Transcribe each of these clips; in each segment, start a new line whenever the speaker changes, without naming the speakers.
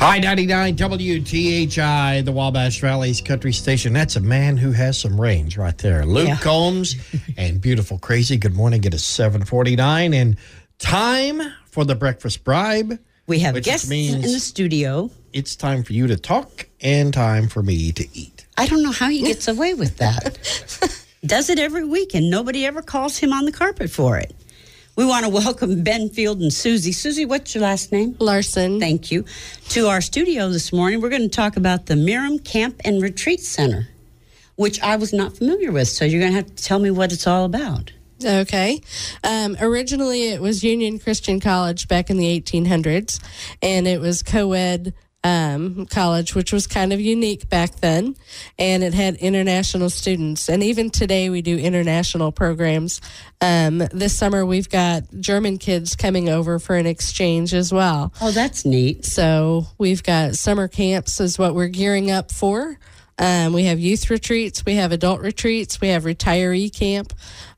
I-99 WTHI, the Wabash Valley's Country Station. That's a man who has some range right there. Luke
Yeah.
Combs and Beautiful Crazy. Good morning. It is 749 and time for the breakfast bribe.
We have
Which
guests in
means-
the studio.
It's time for you to talk and time for me to eat.
I don't know how he gets away with that. Does it every week, and nobody ever calls him on the carpet for it. We want to welcome Ben Field and Susie. Susie, what's your last name?
Larson.
Thank you. To our studio this morning, we're going to talk about the Miram Camp and Retreat Center, which I was not familiar with. So you're going to have to tell me what it's all about.
Okay. Um, originally, it was Union Christian College back in the 1800s, and it was co ed um, college, which was kind of unique back then, and it had international students. And even today, we do international programs. Um, this summer, we've got German kids coming over for an exchange as well.
Oh, that's neat.
So we've got summer camps is what we're gearing up for. Um, we have youth retreats, we have adult retreats, we have retiree camp.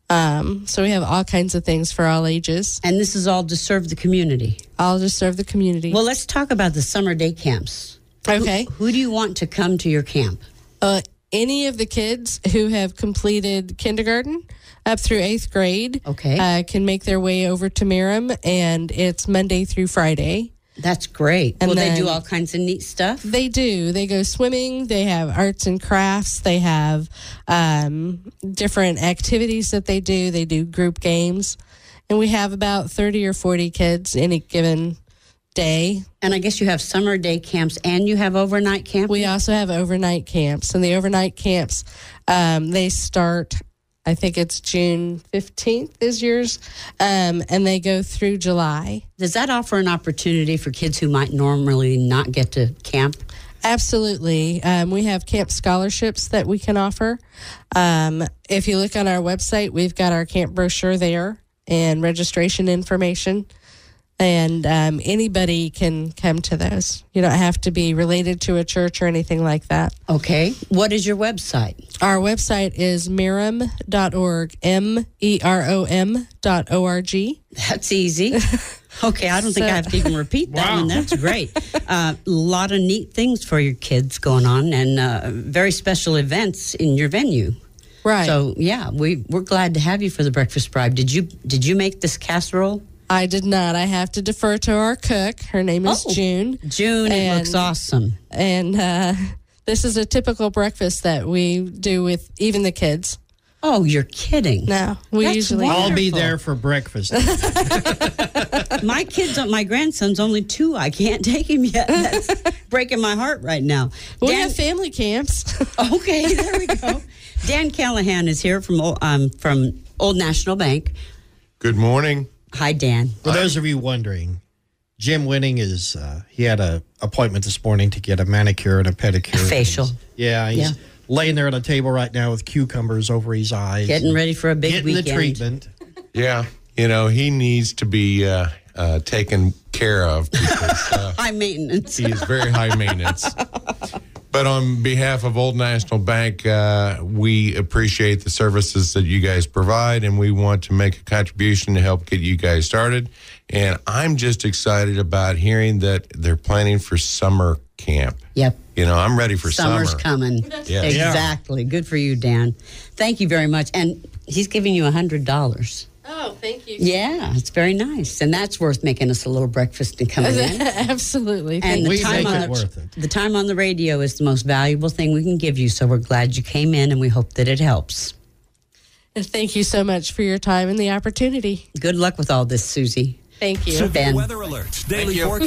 Um, so we have all kinds of things for all ages.
And this is all to serve the community.
All to serve the community.
Well, let's talk about the summer day camps.
okay.
Who do you want to come to your camp?
Uh, any of the kids who have completed kindergarten up through eighth grade
Okay.
uh, can make their way over to Merrim, and it's Monday through Friday.
That's great.
And
Will they do
then-
all kinds of neat stuff?
They do. They go swimming. They have arts and crafts. They have um, different activities that they do. They do group games. And we have about 30 or 40 kids any given day.
And I guess you have summer day camps and you have overnight camp.
We also have overnight camps. And the overnight camps, um, they start, I think it's June 15th is yours, um, and they go through July.
Does that offer an opportunity for kids who might normally not get to camp?
Absolutely. Um, we have camp scholarships that we can offer. Um, if you look on our website, we've got our camp brochure there and registration information. And um, anybody can come to those. You don't have to be related to a church or anything like that.
Okay. What is your website?
Our website is miram.org, M E R O M dot O R G.
That's easy. Okay, I don't think I have to even repeat that
Wow.
one. That's great. A lot of neat things for your kids going on and uh, very special events in your venue.
Right.
So yeah, we we're glad to have you for the breakfast bribe. Did you did you make this casserole?
I did not. I have to defer to our cook. Her name is
Oh.
June.
June, it looks
And-
awesome.
and uh, this is a typical breakfast that we do with even the kids.
Oh, you're kidding.
No, we
That's
usually
wild.
I'll be
Wonderful.
there for breakfast.
my kids, uh, my grandson's only two. I can't take him yet. That's breaking my heart right now.
we
Dan-
have family camps.
okay, there we go. Dan Callahan is here from Ol- um, from Old National Bank.
Good morning.
Hi, Dan.
For those of you wondering, Jim Winning is uh, he had a appointment this morning to get a manicure and a pedicure.
Facial.
Yeah, he's
Yeah.
laying there at a table right now with cucumbers over his eyes.
Getting ready for a big
getting
weekend.
the treatment.
Yeah, you know he needs to be uh, uh, taken care of because uh,
High maintenance.
he is very high maintenance. But on behalf of Old National Bank, uh, we appreciate the services that you guys provide, and we want to make a contribution to help get you guys started. And I'm just excited about hearing that they're planning for summer camp.
Yep.
You know, I'm ready for
Summer's
summer.
coming.
Yeah.
Exactly. Good for you, Dan. Thank you very much. And he's giving you a hundred dollars.
oh, thank you.
Yeah, it's very nice, and that's worth making us a little breakfast and coming in.
Absolutely.
And
Thank
the
We
time
make
on
it
the,
worth it.
the time on the radio is the most valuable thing we can give you. So we're glad you came in, and we hope that it helps.
you. Thank you so much for your time and the opportunity.
Good luck with all this, Susie.
Thank you.
Ben.
Weather alert. Daily forecast.